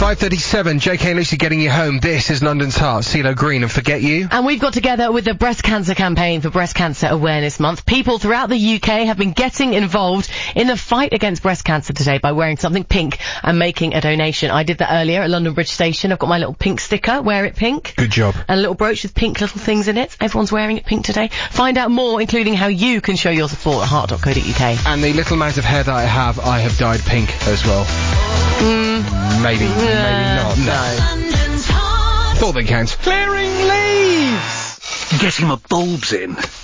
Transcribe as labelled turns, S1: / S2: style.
S1: 5.37, JK and Lucy getting you home. This is London's Heart, CeeLo Green and Forget You.
S2: And we've got together with the Breast Cancer Campaign for Breast Cancer Awareness Month. People throughout the UK have been getting involved in the fight against breast cancer today by wearing something pink and making a donation. I did that earlier at London Bridge Station. I've got my little pink sticker, Wear It Pink.
S1: Good job.
S2: And a little brooch with pink little things in it. Everyone's wearing it pink today. Find out more, including how you can show your support at heart.co.uk.
S1: And the little amount of hair that I have, I have dyed pink as well. Maybe, maybe not. No.
S3: London's heart.
S1: Thought they counts.
S4: Clearing leaves!
S5: Getting my bulbs in.